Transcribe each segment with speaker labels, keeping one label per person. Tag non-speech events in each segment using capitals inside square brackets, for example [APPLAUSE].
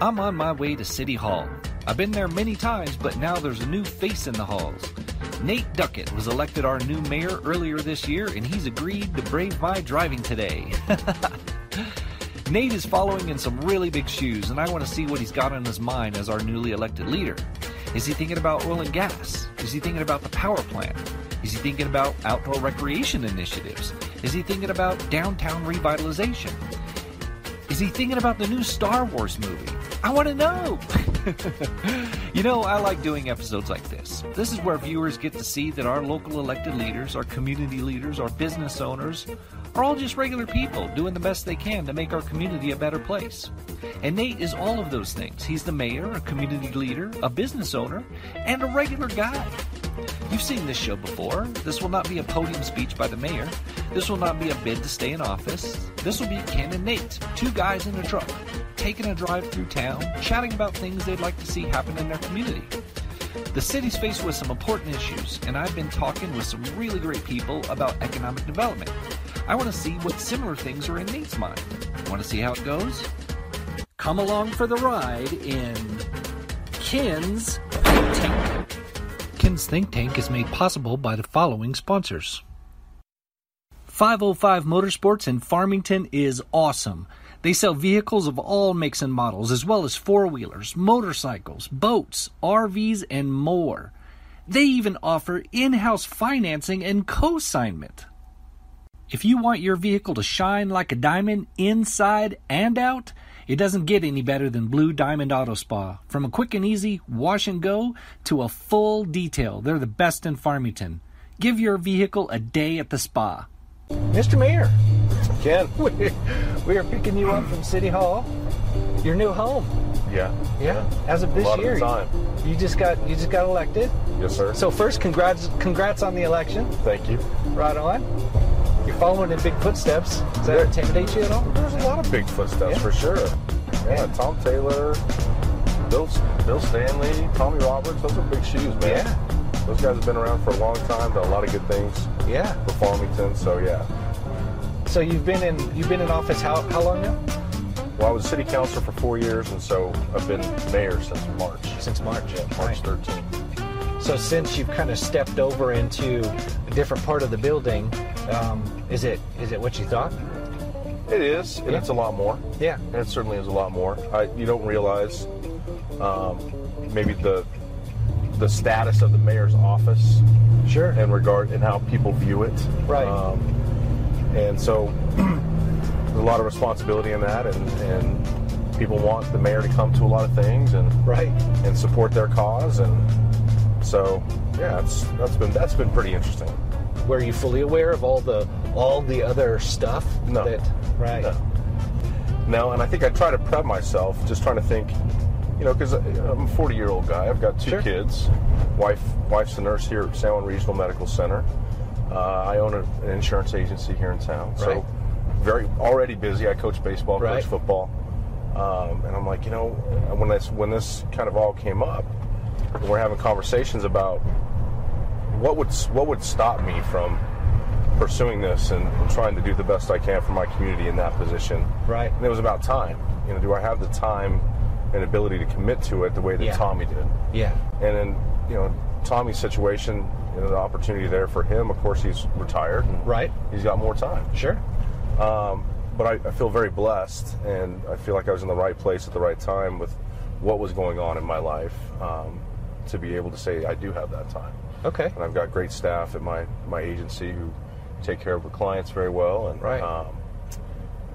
Speaker 1: I'm on my way to City Hall. I've been there many times, but now there's a new face in the halls. Nate Duckett was elected our new mayor earlier this year, and he's agreed to brave my driving today. [LAUGHS] Nate is following in some really big shoes, and I want to see what he's got on his mind as our newly elected leader. Is he thinking about oil and gas? Is he thinking about the power plant? Is he thinking about outdoor recreation initiatives? Is he thinking about downtown revitalization? Is he thinking about the new Star Wars movie? I want to know. [LAUGHS] you know, I like doing episodes like this. This is where viewers get to see that our local elected leaders, our community leaders, our business owners are all just regular people doing the best they can to make our community a better place. And Nate is all of those things. He's the mayor, a community leader, a business owner, and a regular guy. You've seen this show before. This will not be a podium speech by the mayor. This will not be a bid to stay in office. This will be Ken and Nate, two guys in a truck, taking a drive through town, chatting about things they'd like to see happen in their community. The city's faced with some important issues, and I've been talking with some really great people about economic development. I want to see what similar things are in Nate's mind. Want to see how it goes?
Speaker 2: Come along for the ride in Ken's Think Tank.
Speaker 1: Ken's Think Tank is made possible by the following sponsors 505 Motorsports in Farmington is awesome. They sell vehicles of all makes and models, as well as four wheelers, motorcycles, boats, RVs, and more. They even offer in house financing and consignment. If you want your vehicle to shine like a diamond inside and out, it doesn't get any better than Blue Diamond Auto Spa. From a quick and easy wash and go to a full detail, they're the best in Farmington. Give your vehicle a day at the spa. Mr. Mayor,
Speaker 3: Ken.
Speaker 1: [LAUGHS] we we are picking you up from City Hall, your new home.
Speaker 3: Yeah.
Speaker 1: Yeah, as of this
Speaker 3: a lot
Speaker 1: year,
Speaker 3: Of the time.
Speaker 1: you just got you just got elected.
Speaker 3: Yes, sir.
Speaker 1: So first, congrats congrats on the election.
Speaker 3: Thank you.
Speaker 1: Right on. You're following in big footsteps. Does that
Speaker 3: Yeah.
Speaker 1: intimidate you at all?
Speaker 3: There's a lot of big footsteps
Speaker 1: Yeah.
Speaker 3: for sure. Yeah,
Speaker 1: Yeah.
Speaker 3: Tom Taylor, Bill, Bill Stanley, Tommy Roberts. Those are big shoes, man.
Speaker 1: Yeah.
Speaker 3: Those guys have been around for a long time, done a lot of good things
Speaker 1: Yeah.
Speaker 3: for Farmington. So yeah.
Speaker 1: So you've been in you've been in office how how long now?
Speaker 3: Well, I was city councilor for four years, and so I've been mayor since March.
Speaker 1: Since March.
Speaker 3: Yeah, March 13th.
Speaker 1: So since you've kind of stepped over into a different part of the building, um, is it is it what you thought?
Speaker 3: It is, and
Speaker 1: Yeah.
Speaker 3: it's a lot more.
Speaker 1: Yeah.
Speaker 3: It certainly is a lot more. I, you don't realize um, maybe the the status of the mayor's office
Speaker 1: Sure.
Speaker 3: in regard and how people view it.
Speaker 1: Right.
Speaker 3: Um, and so [CLEARS THROAT] there's a lot of responsibility in that, and, and people want the mayor to come to a lot of things and
Speaker 1: Right.
Speaker 3: and support their cause, and so yeah, that's that's been that's been pretty interesting.
Speaker 1: Were you fully aware of all the all the other stuff?
Speaker 3: No.
Speaker 1: That, right.
Speaker 3: No. No, and I think I try to prep myself, just trying to think, you know, because I'm a 40 year old guy. I've got two
Speaker 1: Sure.
Speaker 3: kids. Wife, wife's a nurse here at San Juan Regional Medical Center. Uh, I own a, an insurance agency here in town, so
Speaker 1: Right.
Speaker 3: very already busy. I coach baseball,
Speaker 1: Right.
Speaker 3: coach football, um, and I'm like, you know, when this when this kind of all came up, we're having conversations about what would what would stop me from pursuing this and trying to do the best I can for my community in that position.
Speaker 1: Right.
Speaker 3: And it was about time. You know, do I have the time and ability to commit to it the way that
Speaker 1: Yeah.
Speaker 3: Tommy did?
Speaker 1: Yeah.
Speaker 3: And then, you know, Tommy's situation, you know, the opportunity there for him. Of course, he's retired. And
Speaker 1: Right.
Speaker 3: He's got more time.
Speaker 1: Sure.
Speaker 3: Um, but I, I feel very blessed, and I feel like I was in the right place at the right time with what was going on in my life um, to be able to say I do have that time
Speaker 1: Okay.
Speaker 3: and I've got great staff at my, my agency who take care of the clients very well, and
Speaker 1: Right.
Speaker 3: um,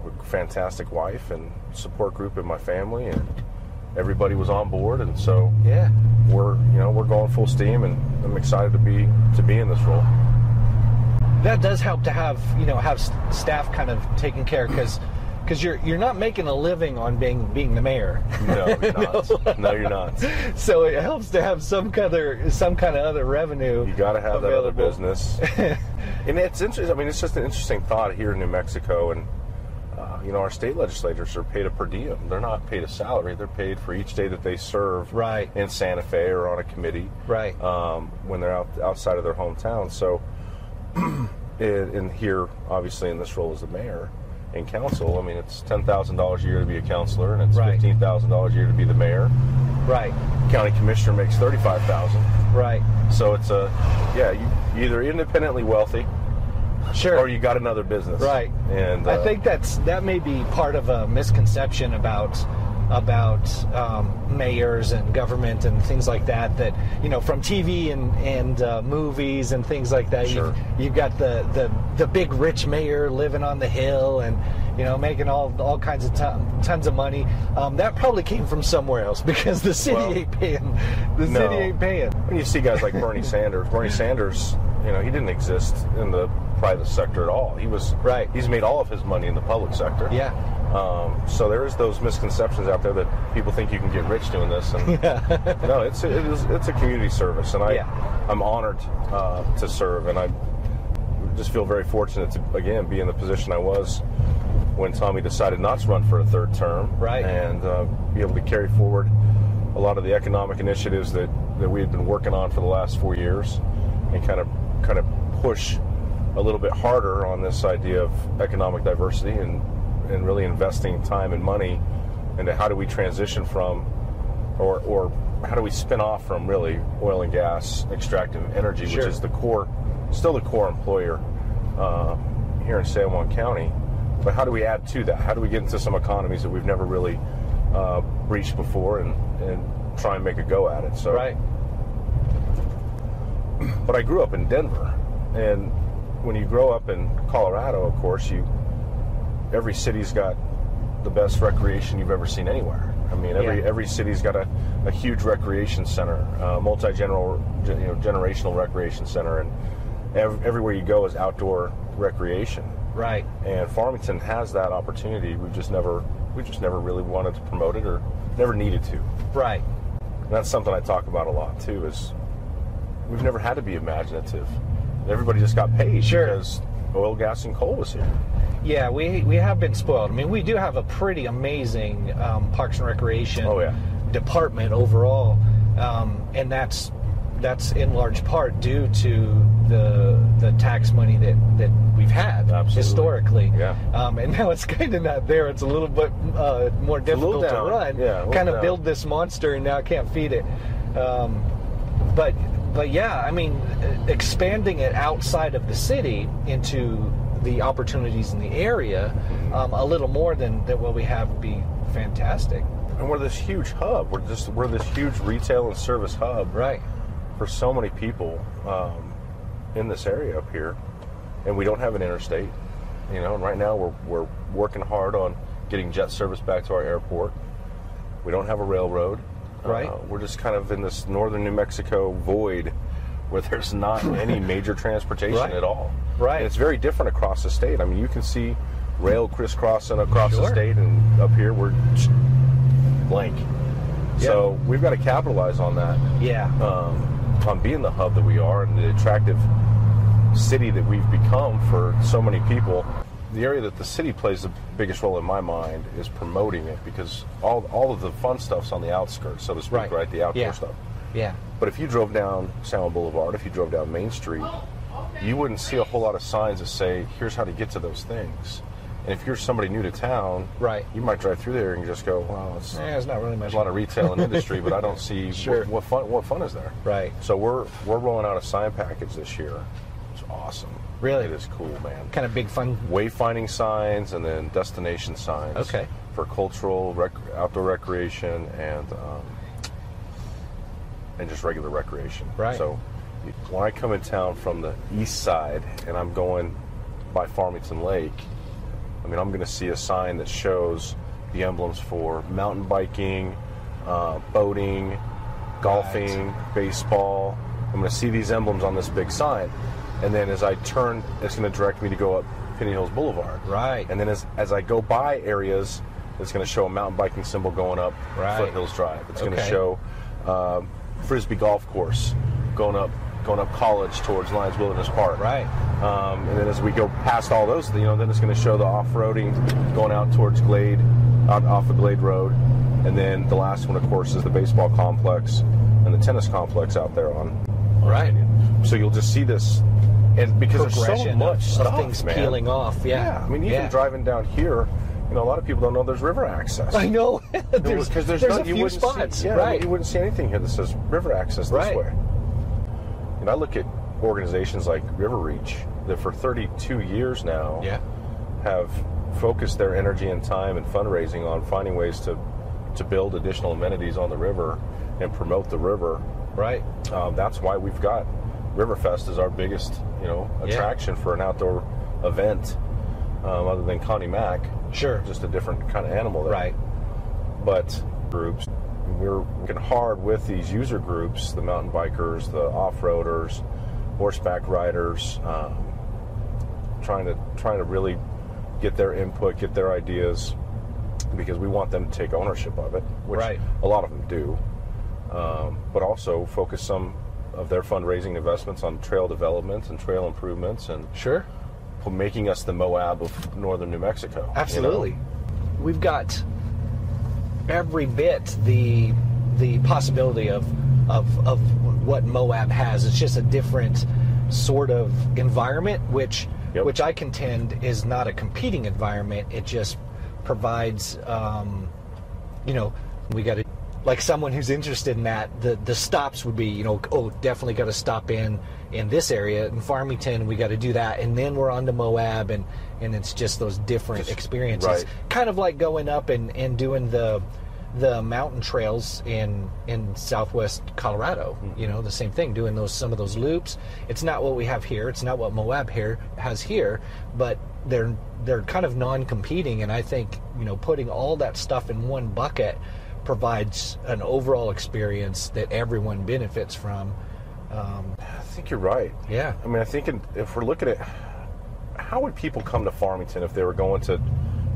Speaker 3: a fantastic wife and support group in my family, and everybody was on board, and so
Speaker 1: Yeah.
Speaker 3: we're you know we're going full steam, and I'm excited to be to be in this role.
Speaker 1: That does help to have you know have s- staff kind of taken care because because you're you're not making a living on being being the mayor. [LAUGHS]
Speaker 3: No, you're not. no, you're not.
Speaker 1: So it helps to have some kind of some kind of other revenue.
Speaker 3: You got to have that other
Speaker 1: available.
Speaker 3: business. and it's interesting. I mean, it's just an interesting thought here in New Mexico, and uh, you know, our state legislators are paid a per diem. They're not paid a salary. They're paid for each day that they serve
Speaker 1: Right.
Speaker 3: in Santa Fe or on a committee
Speaker 1: Right.
Speaker 3: um, when they're out, outside of their [CLEARS THROAT] hometown. So, and, and here, obviously, in this role as the mayor, in council. I mean, it's ten thousand dollars a year to be a counselor, and it's
Speaker 4: Right.
Speaker 3: fifteen thousand dollars a year to be the mayor.
Speaker 4: Right.
Speaker 3: County commissioner makes thirty-five thousand.
Speaker 4: Right.
Speaker 3: So it's a yeah, you you're either independently wealthy
Speaker 4: Sure.
Speaker 3: or you got another business,
Speaker 4: Right.
Speaker 3: And uh,
Speaker 4: I think that's that may be part of a misconception about about um, mayors and government and things like that. That you know from TV and and uh, movies and things like that.
Speaker 3: Sure.
Speaker 4: You've, you've got the, the the big rich mayor living on the hill and you know making all all kinds of ton, tons of money. Um, that probably came from somewhere else [LAUGHS] because the city
Speaker 3: Well,
Speaker 4: ain't paying. The
Speaker 3: no.
Speaker 4: city ain't paying.
Speaker 3: when you see guys like Bernie Sanders,
Speaker 4: [LAUGHS]
Speaker 3: Bernie Sanders, you know, he didn't exist in the private sector at all. He was
Speaker 4: Right.
Speaker 3: He's made all of his money in the public sector.
Speaker 4: Yeah.
Speaker 3: Um, so there is those misconceptions out there that people think you can get rich doing this,
Speaker 4: [LAUGHS]
Speaker 3: and no, it's it is, it's a community service, and I
Speaker 4: Yeah.
Speaker 3: I'm honored uh, to serve, and I just feel very fortunate to again be in the position I was when Tommy decided not to run for a third term,
Speaker 4: Right.
Speaker 3: and uh, be able to carry forward a lot of the economic initiatives that that we had been working on for the last four years, and kind of kind of push a little bit harder on this idea of economic diversity and and really investing time and money into how do we transition from or or how do we spin off from really oil and gas extractive energy,
Speaker 4: Sure.
Speaker 3: which is the core, still the core employer uh, here in San Juan County. But how do we add to that? How do we get into some economies that we've never really uh, reached before and, and try and make a go at it? So
Speaker 4: Right.
Speaker 3: but I grew up in Denver, and when you grow up in Colorado, of course, you every city's got the best recreation you've ever seen anywhere. I mean, every
Speaker 4: Yeah.
Speaker 3: every city's got a, a huge recreation center, uh, multi general you know, generational recreation center, and ev- everywhere you go is outdoor recreation.
Speaker 4: Right.
Speaker 3: And Farmington has that opportunity. We've just never we just never really wanted to promote it or never needed to.
Speaker 4: Right.
Speaker 3: And that's something I talk about a lot too. Is we've never had to be imaginative. Everybody just got paid
Speaker 4: Sure.
Speaker 3: because oil, gas, and coal was here.
Speaker 4: Yeah, we we have been spoiled. I mean, we do have a pretty amazing um, Parks and Recreation
Speaker 3: Oh, yeah.
Speaker 4: department overall, um, and that's that's in large part due to the the tax money that that we've had
Speaker 3: Absolutely.
Speaker 4: historically.
Speaker 3: Yeah.
Speaker 4: Um, and now it's kind of not there. It's a little bit uh, more
Speaker 3: little
Speaker 4: difficult to
Speaker 3: down.
Speaker 4: run.
Speaker 3: Yeah, a little
Speaker 4: Kind of
Speaker 3: down.
Speaker 4: build this monster, and now I can't feed it. Um, but but yeah, I mean, expanding it outside of the city into the opportunities in the area um, a little more than, than what we have would be fantastic.
Speaker 3: And we're this huge hub. We're just we're this huge retail and service hub
Speaker 4: Right.
Speaker 3: for so many people um, in this area up here, and we don't have an interstate. You know, and right now we're we're working hard on getting jet service back to our airport. We don't have a railroad.
Speaker 4: Right.
Speaker 3: Uh, we're just kind of in this northern New Mexico void where there's
Speaker 4: [LAUGHS]
Speaker 3: not any major transportation
Speaker 4: Right.
Speaker 3: at all.
Speaker 4: Right.
Speaker 3: And it's very different across the state. I mean, you can see rail crisscrossing across
Speaker 4: Sure.
Speaker 3: the state, and up here we're just blank. So we've got to capitalize on that
Speaker 4: Yeah.
Speaker 3: um, on being the hub that we are and the attractive city that we've become for so many people. The area that the city plays the biggest role in my mind is promoting it because all, all of the fun stuff's on the outskirts, so to speak,
Speaker 4: Right.
Speaker 3: right? The outdoor
Speaker 4: Yeah.
Speaker 3: stuff.
Speaker 4: yeah.
Speaker 3: But if you drove down San Juan Boulevard, if you drove down Main Street, you wouldn't see a whole lot of signs that say, here's how to get to those things. And if you're somebody new to town,
Speaker 4: Right.
Speaker 3: you might drive through there and just go, wow, it's,
Speaker 4: Yeah, it's not really much.
Speaker 3: there's a lot of retail and industry, but I don't see
Speaker 4: [LAUGHS] Sure.
Speaker 3: what, what fun what fun is there.
Speaker 4: Right.
Speaker 3: So we're we're rolling out a sign package this year. It's awesome.
Speaker 4: Really?
Speaker 3: It is cool, man.
Speaker 4: kind of big fun.
Speaker 3: Wayfinding signs and then destination signs.
Speaker 4: Okay.
Speaker 3: For cultural, rec- outdoor recreation, and um, and just regular recreation.
Speaker 4: Right.
Speaker 3: So when I come in town from the east side and I'm going by Farmington Lake, I mean, I'm going to see a sign that shows the emblems for mountain biking, uh, boating, golfing, baseball. I'm going to see these emblems on this big sign. And then as I turn, it's going to direct me to go up Penny Hills Boulevard.
Speaker 4: Right.
Speaker 3: And then as, as I go by areas, it's going to show a mountain biking symbol going up
Speaker 4: Right.
Speaker 3: Foothills Drive. It's going to
Speaker 4: Okay.
Speaker 3: show um, Frisbee Golf Course going up going up college towards Lions Wilderness Park.
Speaker 4: Right.
Speaker 3: Um, and then as we go past all those, you know, then it's going to show the off-roading going out towards Glade, out off of Glade Road, and then the last one, of course, is the baseball complex and the tennis complex out there on.
Speaker 4: Right.
Speaker 3: So you'll just see this and because there's so
Speaker 4: progression
Speaker 3: much
Speaker 4: of,
Speaker 3: stuff,
Speaker 4: of things
Speaker 3: man.
Speaker 4: peeling off. Yeah, [LAUGHS]
Speaker 3: Yeah, I mean, even
Speaker 4: yeah.
Speaker 3: driving down here, you know, a lot of people don't know there's river access.
Speaker 4: I know.
Speaker 3: Because
Speaker 4: there's
Speaker 3: there's,
Speaker 4: there's,
Speaker 3: not-
Speaker 4: a
Speaker 3: you
Speaker 4: few
Speaker 3: wouldn't see-
Speaker 4: spots.
Speaker 3: yeah,
Speaker 4: right.
Speaker 3: You wouldn't see anything here that says river access this
Speaker 4: Right.
Speaker 3: way. And I look at organizations like River Reach that for 32 years now
Speaker 4: yeah.
Speaker 3: have focused their energy and time and fundraising on finding ways to to build additional amenities on the river and promote the river.
Speaker 4: Right.
Speaker 3: Um, that's why we've got Riverfest is our biggest, you know,
Speaker 4: Yeah.
Speaker 3: attraction for an outdoor event, um, other than Connie Mack.
Speaker 4: Sure.
Speaker 3: Just a different kind of animal. There
Speaker 4: Right.
Speaker 3: but groups. We're working hard with these user groups the mountain bikers, the off roaders, horseback riders, um, trying to trying to really get their input, get their ideas, because we want them to take ownership of it, which
Speaker 4: Right.
Speaker 3: a lot of them do, um, but also focus some of their fundraising investments on trail development and trail improvements and
Speaker 4: Sure.
Speaker 3: making us the Moab of northern New Mexico. you know?
Speaker 4: Absolutely. We've got every bit the the possibility of of of what Moab has. It's just a different sort of environment, which
Speaker 3: Yep.
Speaker 4: which I contend is not a competing environment. It just provides, um, you know, we got to like someone who's interested in that. The the stops would be, you know, oh, definitely got to stop in in this area in Farmington. We got to do that, and then we're on to Moab, and and it's just those different
Speaker 3: Just-
Speaker 4: experiences
Speaker 3: right.
Speaker 4: kind of like going up and, and doing the the mountain trails in in southwest Colorado.
Speaker 3: Mm-hmm.
Speaker 4: You know, the same thing, doing those some of those loops. It's not what we have here. It's not what Moab here has here, but they're they're kind of non-competing and I think, you know, putting all that stuff in one bucket provides an overall experience that everyone benefits from. Um,
Speaker 3: I think you're right.
Speaker 4: yeah.
Speaker 3: I mean, I think in, if we're looking at how would people come to Farmington if they were going to,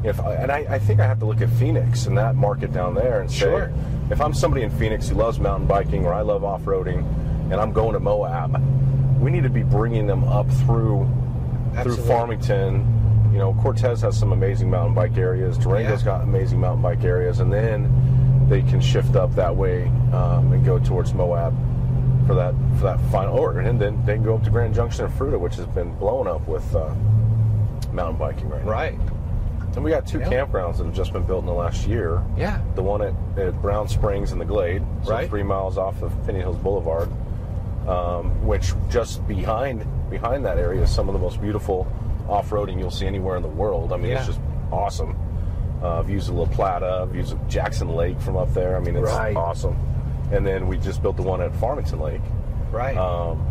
Speaker 3: if and I, I think I have to look at Phoenix and that market down there and say,
Speaker 4: Sure.
Speaker 3: if I'm somebody in Phoenix who loves mountain biking or I love off roading, and I'm going to Moab, we need to be bringing them up through
Speaker 4: Absolutely.
Speaker 3: through Farmington. You know, Cortez has some amazing mountain bike areas. Durango's
Speaker 4: Yeah.
Speaker 3: got amazing mountain bike areas, and then they can shift up that way um, and go towards Moab for that for that final order, and then they can go up to Grand Junction and Fruta, which has been blown up with uh, mountain biking right now.
Speaker 4: Right.
Speaker 3: And we got two
Speaker 4: Yeah.
Speaker 3: campgrounds that have just been built in the last year.
Speaker 4: Yeah.
Speaker 3: The one at, at Brown Springs in the Glade, so
Speaker 4: Right.
Speaker 3: three miles off of Penny Hills Boulevard, um, which just behind behind that area is some of the most beautiful off-roading you'll see anywhere in the world. I mean, it's
Speaker 4: Yeah.
Speaker 3: just awesome. Uh, views of La Plata, views of Jackson Lake from up there. I mean, it's
Speaker 4: Right.
Speaker 3: awesome. And then we just built the one at Farmington Lake.
Speaker 4: Right.
Speaker 3: Um,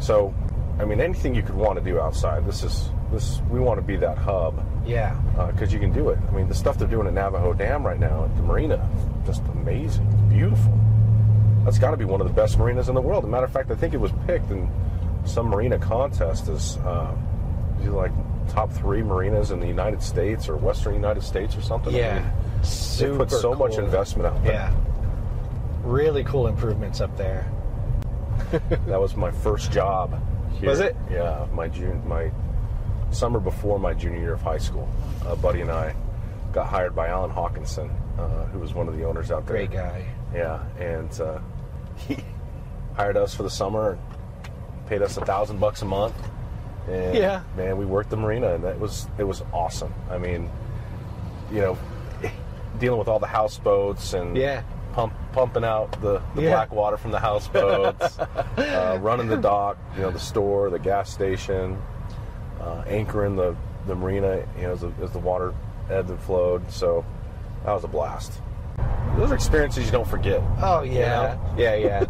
Speaker 3: so, I mean, anything you could want to do outside. This is this. We want to be that hub
Speaker 4: yeah.
Speaker 3: because Uh, you can do it. I mean, the stuff they're doing at Navajo Dam right now at the marina, just amazing, beautiful. That's got to be one of the best marinas in the world. As a matter of fact, I think it was picked in some marina contest as uh, is it like top three marinas in the United States or Western United States or something. I mean,
Speaker 4: Yeah.
Speaker 3: they
Speaker 4: Super
Speaker 3: put so much
Speaker 4: cool.
Speaker 3: investment out there.
Speaker 4: Yeah. Really cool improvements up there.
Speaker 3: That was my first job. Here.
Speaker 4: Was it?
Speaker 3: Yeah, my June, my summer before my junior year of high school. A buddy and I got hired by Alan Hawkinson, uh, who was one of the owners out there.
Speaker 4: Great guy.
Speaker 3: Yeah, and uh, he [LAUGHS] hired us for the summer and paid us a thousand bucks a month. And
Speaker 4: Yeah.
Speaker 3: man, we worked the marina, and that was it was awesome. I mean, you know, dealing with all the houseboats and
Speaker 4: Yeah.
Speaker 3: pump, pumping out the, the
Speaker 4: Yeah.
Speaker 3: black water from the
Speaker 4: [LAUGHS]
Speaker 3: houseboats, uh, running the dock, you know, the store, the gas station, uh, anchoring the, the marina, you know, as the, as the water ebbed and flowed. So that was a blast. Those are experiences you don't forget.
Speaker 4: Oh yeah, yeah, yeah.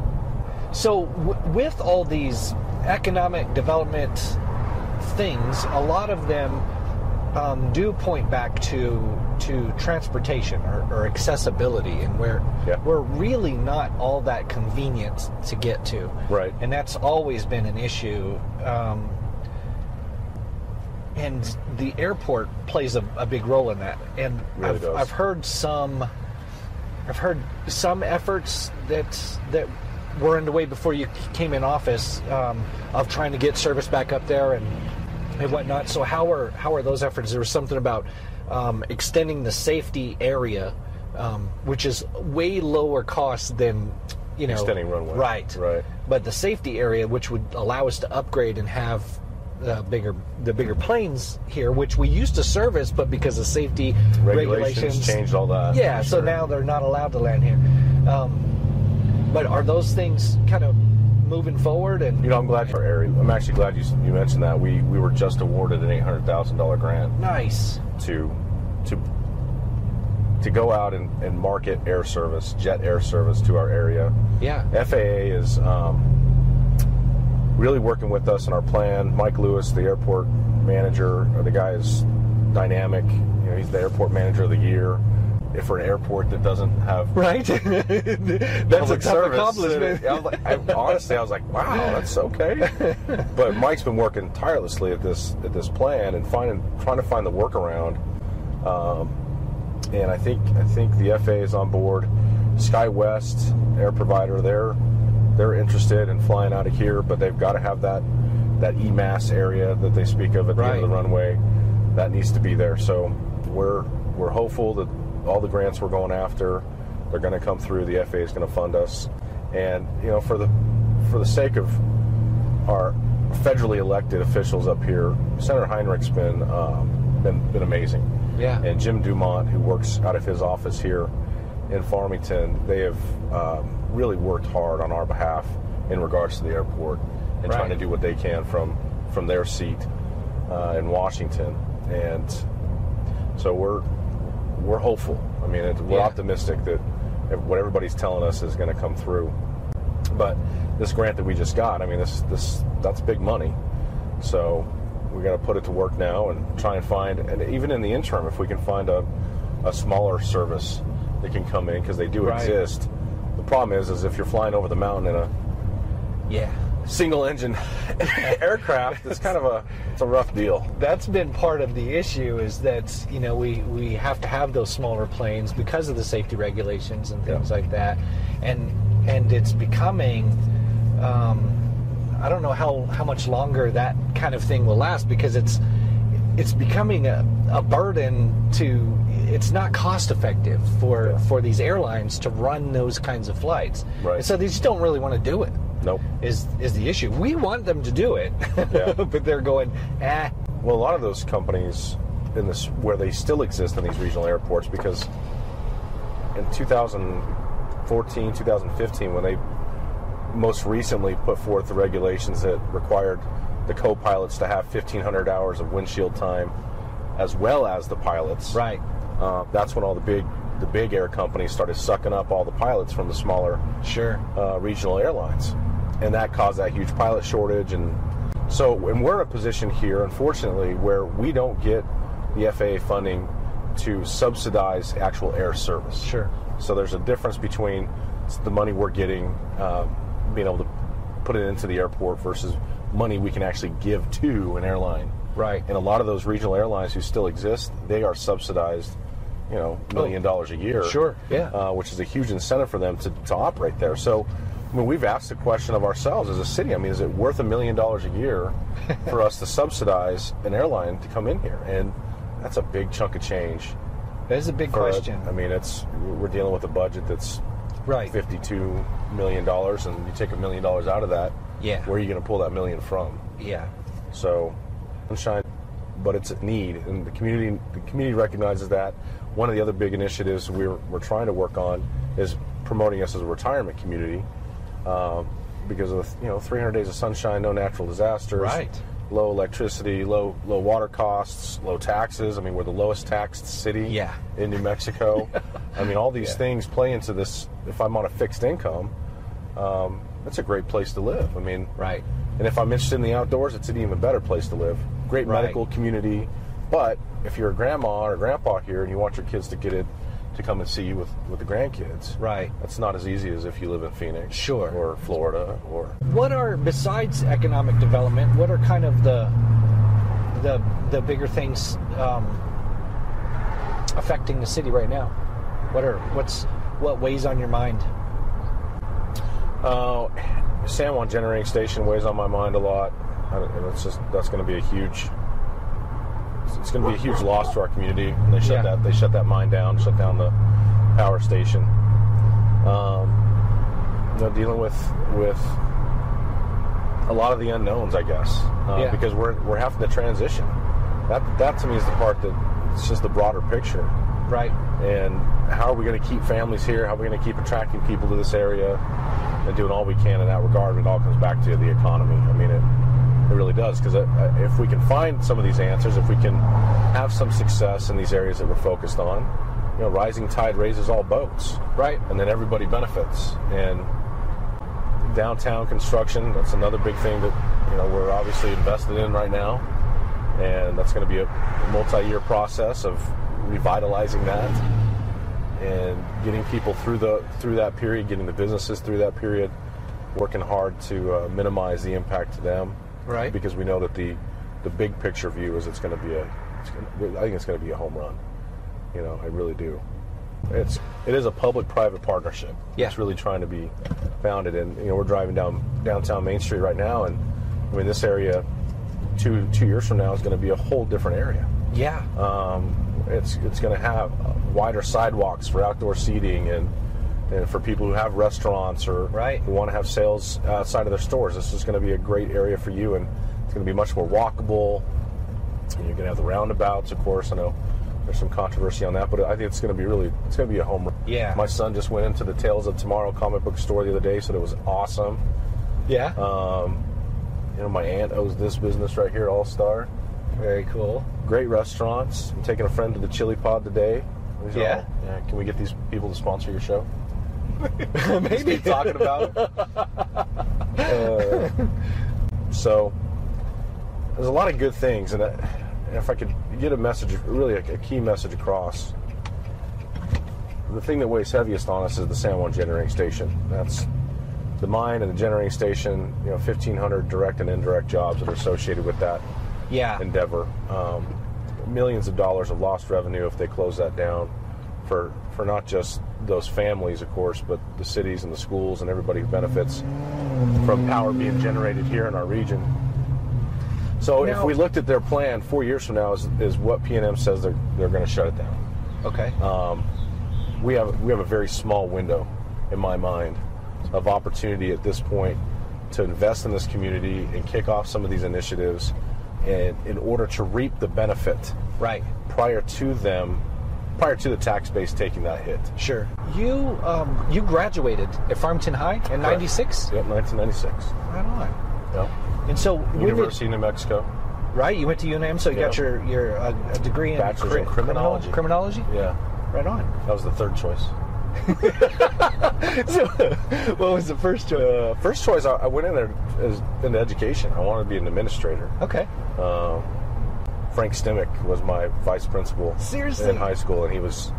Speaker 3: [LAUGHS]
Speaker 4: so w- with all these economic development things, a lot of them um, do point back to to transportation or, or accessibility, and where
Speaker 3: Yeah.
Speaker 4: we're really not all that convenient to get to.
Speaker 3: Right.
Speaker 4: and that's always been an issue. Um, and the airport plays a, a big role in that. And
Speaker 3: Really
Speaker 4: I've,
Speaker 3: does.
Speaker 4: I've heard some, I've heard some efforts that that were underway before you came in office um, of trying to get service back up there and and whatnot. So how are how are those efforts? There was something about um, extending the safety area, um, which is way lower cost than you know
Speaker 3: Extending runway.
Speaker 4: right
Speaker 3: Right.
Speaker 4: but the safety area which would allow us to upgrade and have uh, bigger the bigger planes here which we used to service but because of safety
Speaker 3: Regulations,
Speaker 4: regulations
Speaker 3: changed all that.
Speaker 4: yeah so
Speaker 3: Sure.
Speaker 4: now they're not allowed to land here um, but are those things kind of moving forward and
Speaker 3: You know, I'm glad for Ari. I'm actually glad you you mentioned that. We we were just awarded an eight hundred thousand dollar grant
Speaker 4: nice
Speaker 3: to to to go out and, and market air service, jet air service to our area.
Speaker 4: yeah
Speaker 3: FAA is um, really working with us in our plan. Mike Lewis, the airport manager, or the guy is dynamic. You know, he's the airport manager of the year. If for an airport that doesn't have
Speaker 4: right [LAUGHS] that's a
Speaker 3: public
Speaker 4: tough
Speaker 3: service,
Speaker 4: accomplishment
Speaker 3: I was like, I, honestly, I was like, wow, that's
Speaker 4: [LAUGHS]
Speaker 3: okay. But Mike's been working tirelessly at this at this plan and finding trying to find the workaround. Um, and I think I think the FA is on board. SkyWest air provider, they're they're interested in flying out of here, but they've got to have that that EMAS area that they speak of at the end of the
Speaker 4: Right.
Speaker 3: runway. That needs to be there. So we're we're hopeful that all the grants we're going after, they're going to come through. The FA is going to fund us, and you know for the for the sake of our federally elected officials up here, Senator Heinrich's been um, been, been amazing
Speaker 4: yeah
Speaker 3: and Jim Dumont, who works out of his office here in Farmington, they have um, really worked hard on our behalf in regards to the airport and trying
Speaker 4: Right.
Speaker 3: to do what they can from from their seat uh, in Washington. And so we're we're hopeful. I mean, it, we're
Speaker 4: Yeah.
Speaker 3: optimistic that ev- what everybody's telling us is going to come through. But this grant that we just got, I mean, this this that's big money. So we got to put it to work now and try and find, and even in the interim, if we can find a, a smaller service that can come in because they do
Speaker 4: Right.
Speaker 3: exist. The problem is, is if you're flying over the mountain in a
Speaker 4: yeah
Speaker 3: single engine [LAUGHS] aircraft, it's kind of a it's a rough deal.
Speaker 4: that's been part of the issue is that you know we we have to have those smaller planes because of the safety regulations and things
Speaker 3: Yeah.
Speaker 4: like that and and it's becoming um, I don't know how how much longer that kind of thing will last because it's it's becoming a, a burden to it's not cost effective for
Speaker 3: Yeah.
Speaker 4: for these airlines to run those kinds of flights
Speaker 3: Right.
Speaker 4: and so they just don't really want to do it
Speaker 3: Nope.
Speaker 4: is is the issue we want them to do it
Speaker 3: Yeah.
Speaker 4: [LAUGHS] but they're going ah
Speaker 3: Well, a lot of those companies in this where they still exist in these regional airports because in 2014, 2015, when they most recently put forth the regulations that required the co-pilots to have 1,500 hours of windshield time, as well as the pilots.
Speaker 4: right
Speaker 3: Uh, that's when all the big the big air companies started sucking up all the pilots from the smaller
Speaker 4: Sure.
Speaker 3: uh, regional airlines, and that caused that huge pilot shortage. And so, and we're in a position here, unfortunately, where we don't get the FAA funding to subsidize actual air service.
Speaker 4: Sure.
Speaker 3: So there's a difference between the money we're getting, uh, being able to put it into the airport versus money we can actually give to an airline.
Speaker 4: Right.
Speaker 3: And a lot of those regional airlines who still exist, they are subsidized, you know, million dollars a year
Speaker 4: Oh. Sure, yeah.
Speaker 3: uh, which is a huge incentive for them to, to operate there. So, I mean, we've asked the question of ourselves as a city. I mean, is it worth a million dollars a
Speaker 4: [LAUGHS]
Speaker 3: year for us to subsidize an airline to come in here? And that's a big chunk of change.
Speaker 4: That is a big
Speaker 3: for a-
Speaker 4: question.
Speaker 3: I mean, it's we're dealing with a budget that's
Speaker 4: right.
Speaker 3: fifty-two million dollars, and you take a million dollars out of that.
Speaker 4: Yeah.
Speaker 3: Where are you going to pull that million from?
Speaker 4: Yeah.
Speaker 3: So, sunshine, but it's a need, and the community the community recognizes that. One of the other big initiatives we're we're trying to work on is promoting us as a retirement community, um, because of you know 300 days of sunshine, no natural disasters,
Speaker 4: Right.
Speaker 3: Low electricity, low low water costs, low taxes. I mean, we're the lowest taxed city
Speaker 4: Yeah.
Speaker 3: in New
Speaker 4: [LAUGHS]
Speaker 3: Mexico. I mean, all these
Speaker 4: Yeah.
Speaker 3: things play into this. If I'm on a fixed income, um, that's a great place to live. I mean,
Speaker 4: Right.
Speaker 3: and if I'm interested in the outdoors, it's an even better place to live. Great
Speaker 4: Right.
Speaker 3: medical community. But if you're a grandma or grandpa here and you want your kids to get it to come and see you with, with the grandkids,
Speaker 4: Right.
Speaker 3: That's not as easy as if you live in Phoenix,
Speaker 4: Sure.
Speaker 3: or Florida, or
Speaker 4: What are besides economic development? What are kind of the the the bigger things um, affecting the city right now? What are what's what weighs on your mind?
Speaker 3: Uh, San Juan Generating Station weighs on my mind a lot. I don't- and it's just that's going to be a huge. It's going to be a huge loss to our community. They shut
Speaker 4: Yeah.
Speaker 3: that. They shut that mine down. Shut down the power station. Um, you know, dealing with with a lot of the unknowns, I guess, uh,
Speaker 4: Yeah.
Speaker 3: because we're we're having to transition. That that to me is the part that it's just the broader picture.
Speaker 4: right?
Speaker 3: And how are we going to keep families here? How are we going to keep attracting people to this area? And doing all we can in that regard. It all comes back to the economy. I mean, it it really does because if we can find some of these answers, if we can have some success in these areas that we're focused on, you know, rising tide raises all boats
Speaker 4: Right.
Speaker 3: and then everybody benefits. And downtown construction, that's another big thing that you know we're obviously invested in right now, and that's going to be a multi-year process of revitalizing that and getting people through the through that period, getting the businesses through that period, working hard to uh, minimize the impact to them,
Speaker 4: Right.
Speaker 3: Because we know that the the big picture view is it's going to be a, it's gonna, I think it's going to be a home run. You know, I really do. It's it is a public-private partnership.
Speaker 4: Yeah.
Speaker 3: It's really trying to be founded, and you know we're driving down downtown Main Street right now, and I mean this area two two years from now is going to be a whole different area.
Speaker 4: Yeah.
Speaker 3: Um, it's it's going to have wider sidewalks for outdoor seating and and for people who have restaurants or
Speaker 4: Right.
Speaker 3: who want to have sales outside of their stores. This is going to be a great area for you, and it's going to be much more walkable. And you're going to have the roundabouts, of course. I know there's some controversy on that, but I think it's going to be really it's going to be a home run.
Speaker 4: Yeah.
Speaker 3: My son just went into the Tales of Tomorrow comic book store the other day, said it was awesome.
Speaker 4: yeah.
Speaker 3: uh, You know, my aunt owes this business right here, All Star
Speaker 4: Very cool. [LAUGHS]
Speaker 3: great restaurants. I'm taking a friend to the Chili Pod today. These are
Speaker 4: Yeah?
Speaker 3: all- yeah. Can we get these people to sponsor your show? [LAUGHS]
Speaker 4: Maybe
Speaker 3: Keep talking about it. Uh, so there's a lot of good things, and I, if I could get a message, really a, a key message across, the thing that weighs heaviest on us is the San Juan Generating Station. That's the mine and the generating station. You know, 1,500 direct and indirect jobs that are associated with that
Speaker 4: Yeah.
Speaker 3: endeavor. Um, millions of dollars of lost revenue if they close that down for for not just those families, of course, but the cities and the schools and everybody who benefits from power being generated here in our region. So if
Speaker 4: Now-
Speaker 3: we looked at their plan four years from now, is, is what PNM says they're they're going to shut it down
Speaker 4: okay.
Speaker 3: Uh, we have we have a very small window, in my mind, of opportunity at this point to invest in this community and kick off some of these initiatives, and in order to reap the benefit
Speaker 4: right.
Speaker 3: prior to them, prior to the tax base taking that hit.
Speaker 4: Sure. You um, you graduated at Farmington High in '96.
Speaker 3: Yep, 1996.
Speaker 4: Right on.
Speaker 3: Yep.
Speaker 4: And so, when did-
Speaker 3: University of New Mexico.
Speaker 4: right? You went to UNM, so you got
Speaker 3: Yeah.
Speaker 4: your your uh, a degree in,
Speaker 3: Bachelor's in
Speaker 4: criminal-
Speaker 3: criminology.
Speaker 4: Criminology.
Speaker 3: Yeah,
Speaker 4: Right on. [LAUGHS]
Speaker 3: that was the third choice.
Speaker 4: So, what was the first choice?
Speaker 3: Uh, first choice, I, I went in there as in education. I wanted to be an administrator.
Speaker 4: Okay.
Speaker 3: Frank Stemmick was my vice principal
Speaker 4: Seriously?
Speaker 3: in high school, and he was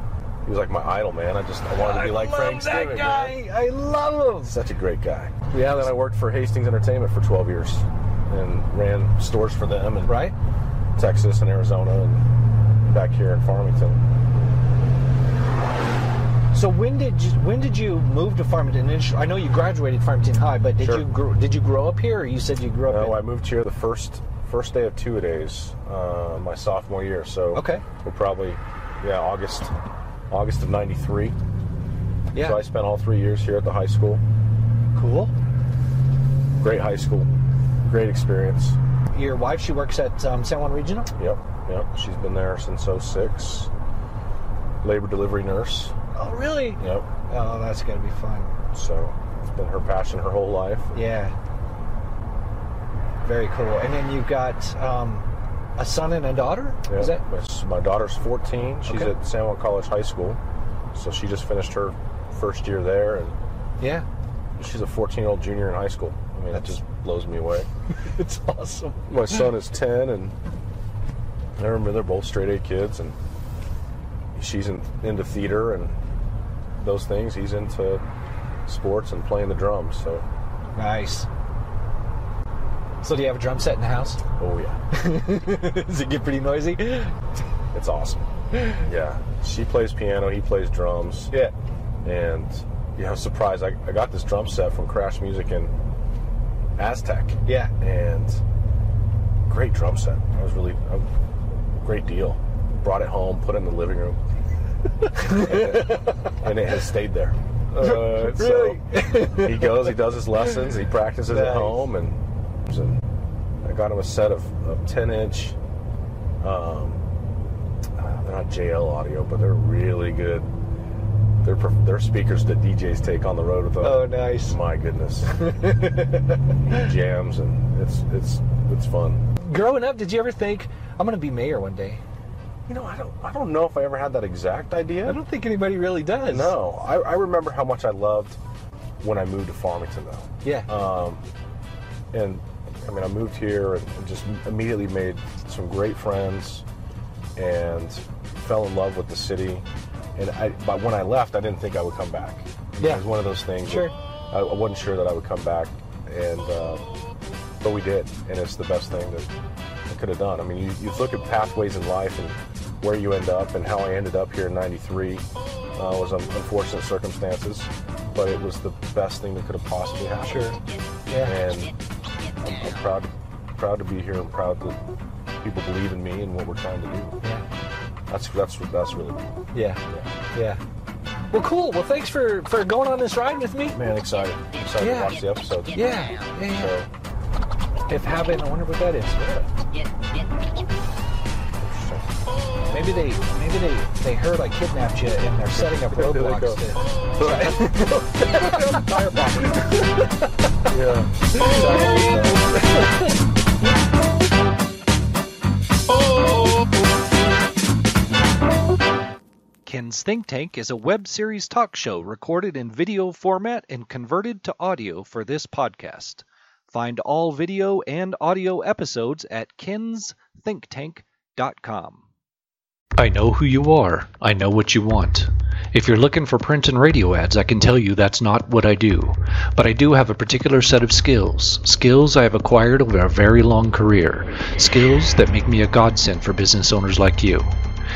Speaker 3: he was like my idol, man. I just I wanted to be like
Speaker 4: love
Speaker 3: Frank
Speaker 4: that
Speaker 3: Stemmick.
Speaker 4: guy.
Speaker 3: Man.
Speaker 4: I love him.
Speaker 3: Such a great guy. Yeah, then I worked for Hastings Entertainment for 12 years and ran stores for them in
Speaker 4: Right.
Speaker 3: Texas and Arizona and back here in Farmington.
Speaker 4: So when did you, when did you move to Farmington? Initially- I know you graduated Farmington High, but did
Speaker 3: Sure.
Speaker 4: you grow, did you grow up here? or You said you grew up.
Speaker 3: No, I
Speaker 4: in,
Speaker 3: moved here the first first day of two a days uh, my sophomore year. So
Speaker 4: Okay.
Speaker 3: we probably yeah August August of '93.
Speaker 4: yeah.
Speaker 3: So I spent all three years here at the high school.
Speaker 4: cool.
Speaker 3: Great high school, great experience.
Speaker 4: Your wife, she works at um, San Juan Regional.
Speaker 3: Yep, yep. She's been there since 06. Labor delivery nurse.
Speaker 4: Oh, really?
Speaker 3: Yep.
Speaker 4: Oh, that's gonna be fun.
Speaker 3: So it's been her passion her whole life.
Speaker 4: Yeah. Very cool. And then you've got um, a son and a daughter.
Speaker 3: Yeah.
Speaker 4: Is that
Speaker 3: my, s- my daughter's 14. She's
Speaker 4: Okay.
Speaker 3: at San Juan College High School. So she just finished her first year there, and
Speaker 4: yeah? [LAUGHS]
Speaker 3: she's a 14 year old junior in high school. I mean, that just blows me away.
Speaker 4: It's awesome.
Speaker 3: my son is 10 and i remember they're both straight a kids and she's in, into theater and those things he's into sports and playing the drums so
Speaker 4: Nice. So do you have a drum set in the house? [LAUGHS]
Speaker 3: oh yeah
Speaker 4: Does it get pretty noisy?
Speaker 3: it's awesome yeah she plays piano he plays drums
Speaker 4: Yeah.
Speaker 3: and yeah i was surprised I, I got this drum set from crash music in aztec
Speaker 4: Yeah.
Speaker 3: and great drum set i was really a great deal [LAUGHS] brought it home put it in the living room and it has stayed there Uh,
Speaker 4: [LAUGHS] Really?
Speaker 3: So he goes, he does his lessons, he practices
Speaker 4: Nice.
Speaker 3: at home, and, and I got him a set of, of 10 inch, um, uh, they're not JL audio, but they're really good. They're, pro- they're speakers that DJs take on the road with them.
Speaker 4: Oh, nice.
Speaker 3: My [LAUGHS] goodness, he jams and it's it's it's fun.
Speaker 4: Growing up, did you ever think I'm going to be mayor one day?
Speaker 3: You know, I don't I don't know if I ever had that exact idea.
Speaker 4: I don't think anybody really does.
Speaker 3: No, I, I remember how much I loved when I moved to Farmington, though.
Speaker 4: Yeah.
Speaker 3: Um, and I mean, I moved here and and just immediately made some great friends and fell in love with the city. And I, but when I left, I didn't think I would come back.
Speaker 4: Yeah.
Speaker 3: It was one of those things.
Speaker 4: Sure.
Speaker 3: that I, I wasn't sure that I would come back, and um, but we did, and it's the best thing that I could have done. I mean, you, you look at pathways in life and where you end up, and how I ended up here in '93 uh, was un- unfortunate circumstances, but it was the best thing that could have possibly happened.
Speaker 4: Sure. Yeah.
Speaker 3: And I'm, I'm proud, proud to be here, and proud that people believe in me and what we're trying to do.
Speaker 4: Yeah.
Speaker 3: That's that's that's really cool.
Speaker 4: Yeah.
Speaker 3: Yeah.
Speaker 4: Yeah. Well, cool. Well, thanks for for going on this ride with me.
Speaker 3: Man, excited. Excited
Speaker 4: Yeah.
Speaker 3: to watch the episode.
Speaker 4: Yeah. Yeah. yeah.
Speaker 3: So,
Speaker 4: If having, I wonder what that is. Maybe they maybe they they heard I kidnapped you and they're setting up
Speaker 3: There they
Speaker 4: roadblocks.
Speaker 3: go. [LAUGHS]
Speaker 4: To,
Speaker 3: yeah.
Speaker 1: Ken's Think Tank is a web series talk show recorded in video format and converted to audio for this podcast. Find all video and audio episodes at kinsthinktank.com. I know who you are. I know what you want. If you're looking for print and radio ads, I can tell you that's not what I do. But I do have a particular set of skills. Skills I have acquired over a very long career. Skills that make me a godsend for business owners like you.